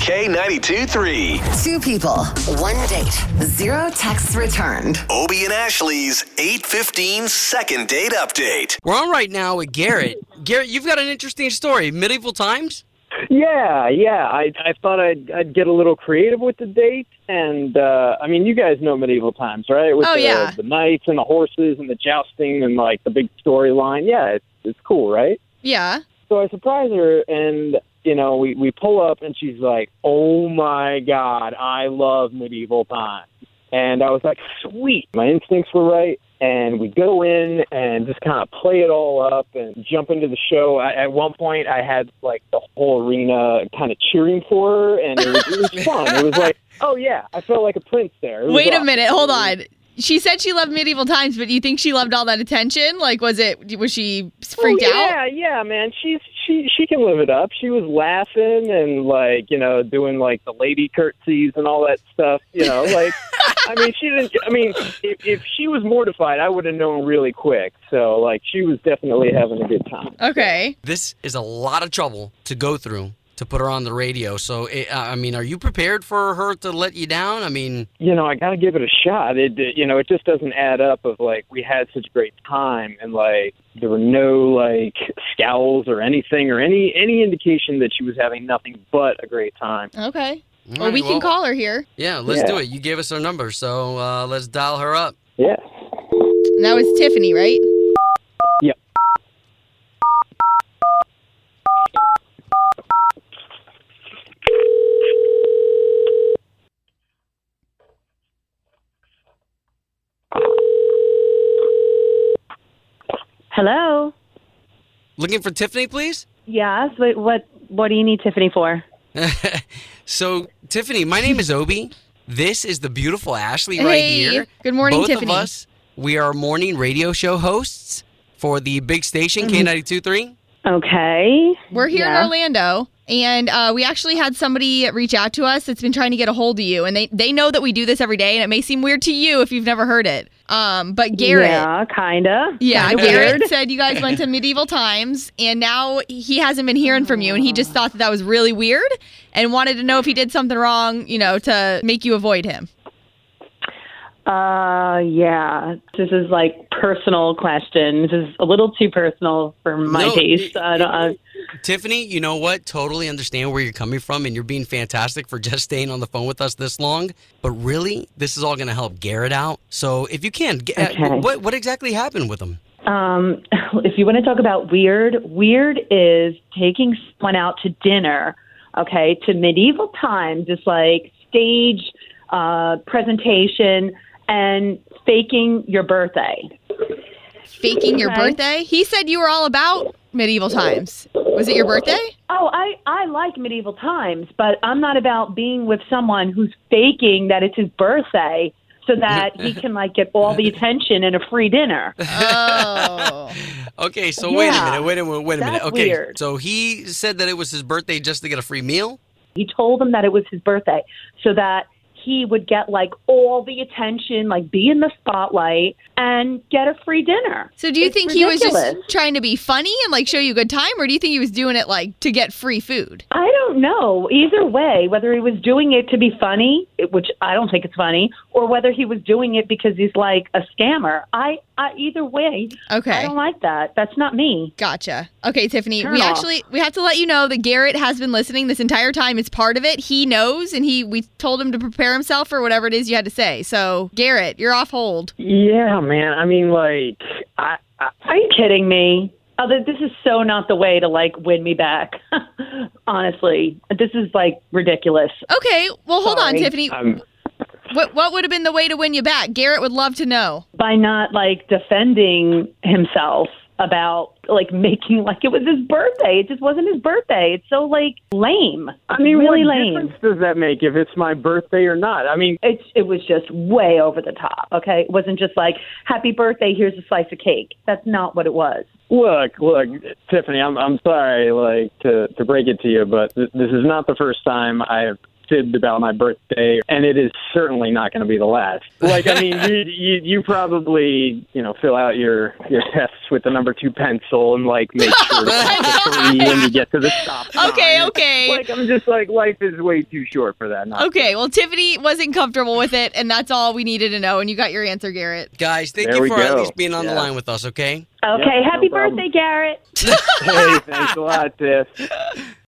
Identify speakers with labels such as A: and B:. A: K92 3.
B: Two people, one date, zero texts returned.
A: Obie and Ashley's 815 second date update.
C: We're on right now with Garrett. Garrett, you've got an interesting story. Medieval times?
D: Yeah, yeah. I I thought I'd I'd get a little creative with the date, and uh, I mean, you guys know medieval times, right? With
E: Oh,
D: the,
E: yeah.
D: the knights and the horses and the jousting and like the big storyline. Yeah, it's it's cool, right?
E: Yeah.
D: So I surprise her, and you know, we we pull up, and she's like, "Oh my god, I love medieval times." And I was like, "Sweet, my instincts were right." And we go in and just kind of play it all up and jump into the show. I, at one point, I had like the whole arena kind of cheering for her, and it was, it was fun. It was like, "Oh yeah, I felt like a prince there." It was
E: Wait a
D: awesome.
E: minute. Hold on. She said she loved medieval times, but you think she loved all that attention? Like, was it? Was she freaked
D: oh, Yeah,
E: out?
D: yeah, man. She's she she can live it up. She was laughing and like you know doing like the lady curtsies and all that stuff. You know, like I mean, she didn't. I mean, if, if she was mortified, I would have known really quick. So like, she was definitely having a good time.
E: Okay.
C: This is a lot of trouble to go through to put her on the radio. So, it, uh, I mean, are you prepared for her to let you down? I mean,
D: you know, I got to give it a shot. It, it, you know, it just doesn't add up. Of like, we had such a great time, and like, there were no like scowls or anything or any any indication that she was having nothing but a great time.
E: Okay.
C: all
E: Well,
C: right,
E: we can call her here.
C: Yeah, let's
D: Yeah.
C: do it. You gave us her number, so uh, let's dial her up.
D: Yeah.
E: And that was Tiffany, right?
D: Yep.
F: Hello.
C: Looking for Tiffany, please?
F: Yes. Wait, what? What do you need Tiffany for?
C: So, Tiffany, my name is Obi. This is the beautiful Ashley right
E: Hey,
C: here.
E: good morning,
C: Both
E: Tiffany.
C: of us, we are morning radio show hosts for the big station,
E: Mm-hmm.
C: K92.3.
F: Okay.
E: We're here
F: Yeah.
E: in Orlando, and uh, we actually had somebody reach out to us that's been trying to get a hold of you, and they they know that we do this every day, and it may seem weird to you if you've never heard it. Um, but Garrett.
F: Yeah, kinda.
E: Yeah,
F: Kinda
E: Garrett
F: weird.
E: said you guys went to medieval times, and now he hasn't been hearing from you, and he just thought that that was really weird, and wanted to know if he did something wrong, you know, to make you avoid him.
F: Uh, yeah. This is like personal question. This is a little too personal for my
C: No,
F: taste.
C: it-
F: I don't. I,
C: Tiffany, you know what? Totally understand where you're coming from, and you're being fantastic for just staying on the phone with us this long. But really, this is all going to help Garrett out. So, if you can, g- uh,
F: Okay.
C: what what exactly happened with him?
F: Um, if you want to talk about weird, weird is taking someone out to dinner, okay, to medieval times, just like stage uh, presentation and faking your birthday.
E: Faking your
F: Okay.
E: birthday? He said you were all about medieval times. Was it your birthday?
F: Oh, I, I like medieval times, but I'm not about being with someone who's faking that it's his birthday so that he can like get all the attention and a free dinner.
E: Oh.
C: Okay, so wait a
F: Yeah.
C: minute, wait a minute, wait a minute.
F: That's
C: Okay,
F: weird.
C: so he said that it was his birthday just to get a free meal.
F: He told them that it was his birthday so that he would get like all the attention, like be in the spotlight and get a free dinner.
E: So do you
F: It's
E: think he was
F: ridiculous.
E: just trying to be funny and like show you a good time, or do you think he was doing it like to get free food?
F: I don't know either way whether he was doing it to be funny, which I don't think it's funny, or whether he was doing it because he's like a scammer. I, I either way, I
E: Okay.
F: don't like that. That's not me.
E: Gotcha. Okay, Tiffany,
F: Turn
E: we
F: off.
E: actually we have to let you know that Garrett has been listening this entire time. It's part of it. He knows and he we told him to prepare himself for whatever it is you had to say. So, Garrett, you're off hold.
D: Yeah, man. I mean, like, I, I
F: Are you kidding me? Oh, th- this is so not the way to like win me back. Honestly, this is like ridiculous.
E: Okay, well, hold on,
F: Sorry.
E: Tiffany.
D: I'm,
E: What what would have been the way to win you back? Garrett would love to know.
F: by not like defending himself about like making like it was his birthday. It just wasn't his birthday. It's so like lame.
D: I mean,
F: really
D: what
F: lame.
D: difference does that make if it's my birthday or not? I mean,
F: It it was just way over the top. Okay, it wasn't just like happy birthday. Here's a slice of cake. That's not what it was.
D: Look, look, Tiffany, I'm I'm sorry, like to to break it to you, but th- this is not the first time I've fibbed about my birthday, and it is certainly not going to be the last. Like, I mean, you, you you probably you know fill out your your tests with the number two pencil and like make sure to press the three when you get to the stop. sign.
E: Okay, okay.
D: Like, I'm just like life is way too short for that. nonsense.
E: Okay, well, Tiffany wasn't comfortable with it, and that's all we needed to know. And you got your answer, Garrett.
C: Guys, thank
D: There
C: you
D: we
C: for at
D: go.
C: least being on the
D: Yeah.
C: line with us, okay?
F: Okay,
D: no
F: happy
D: problem.
F: birthday, Garrett.
D: Hey, thanks a lot, Tiff.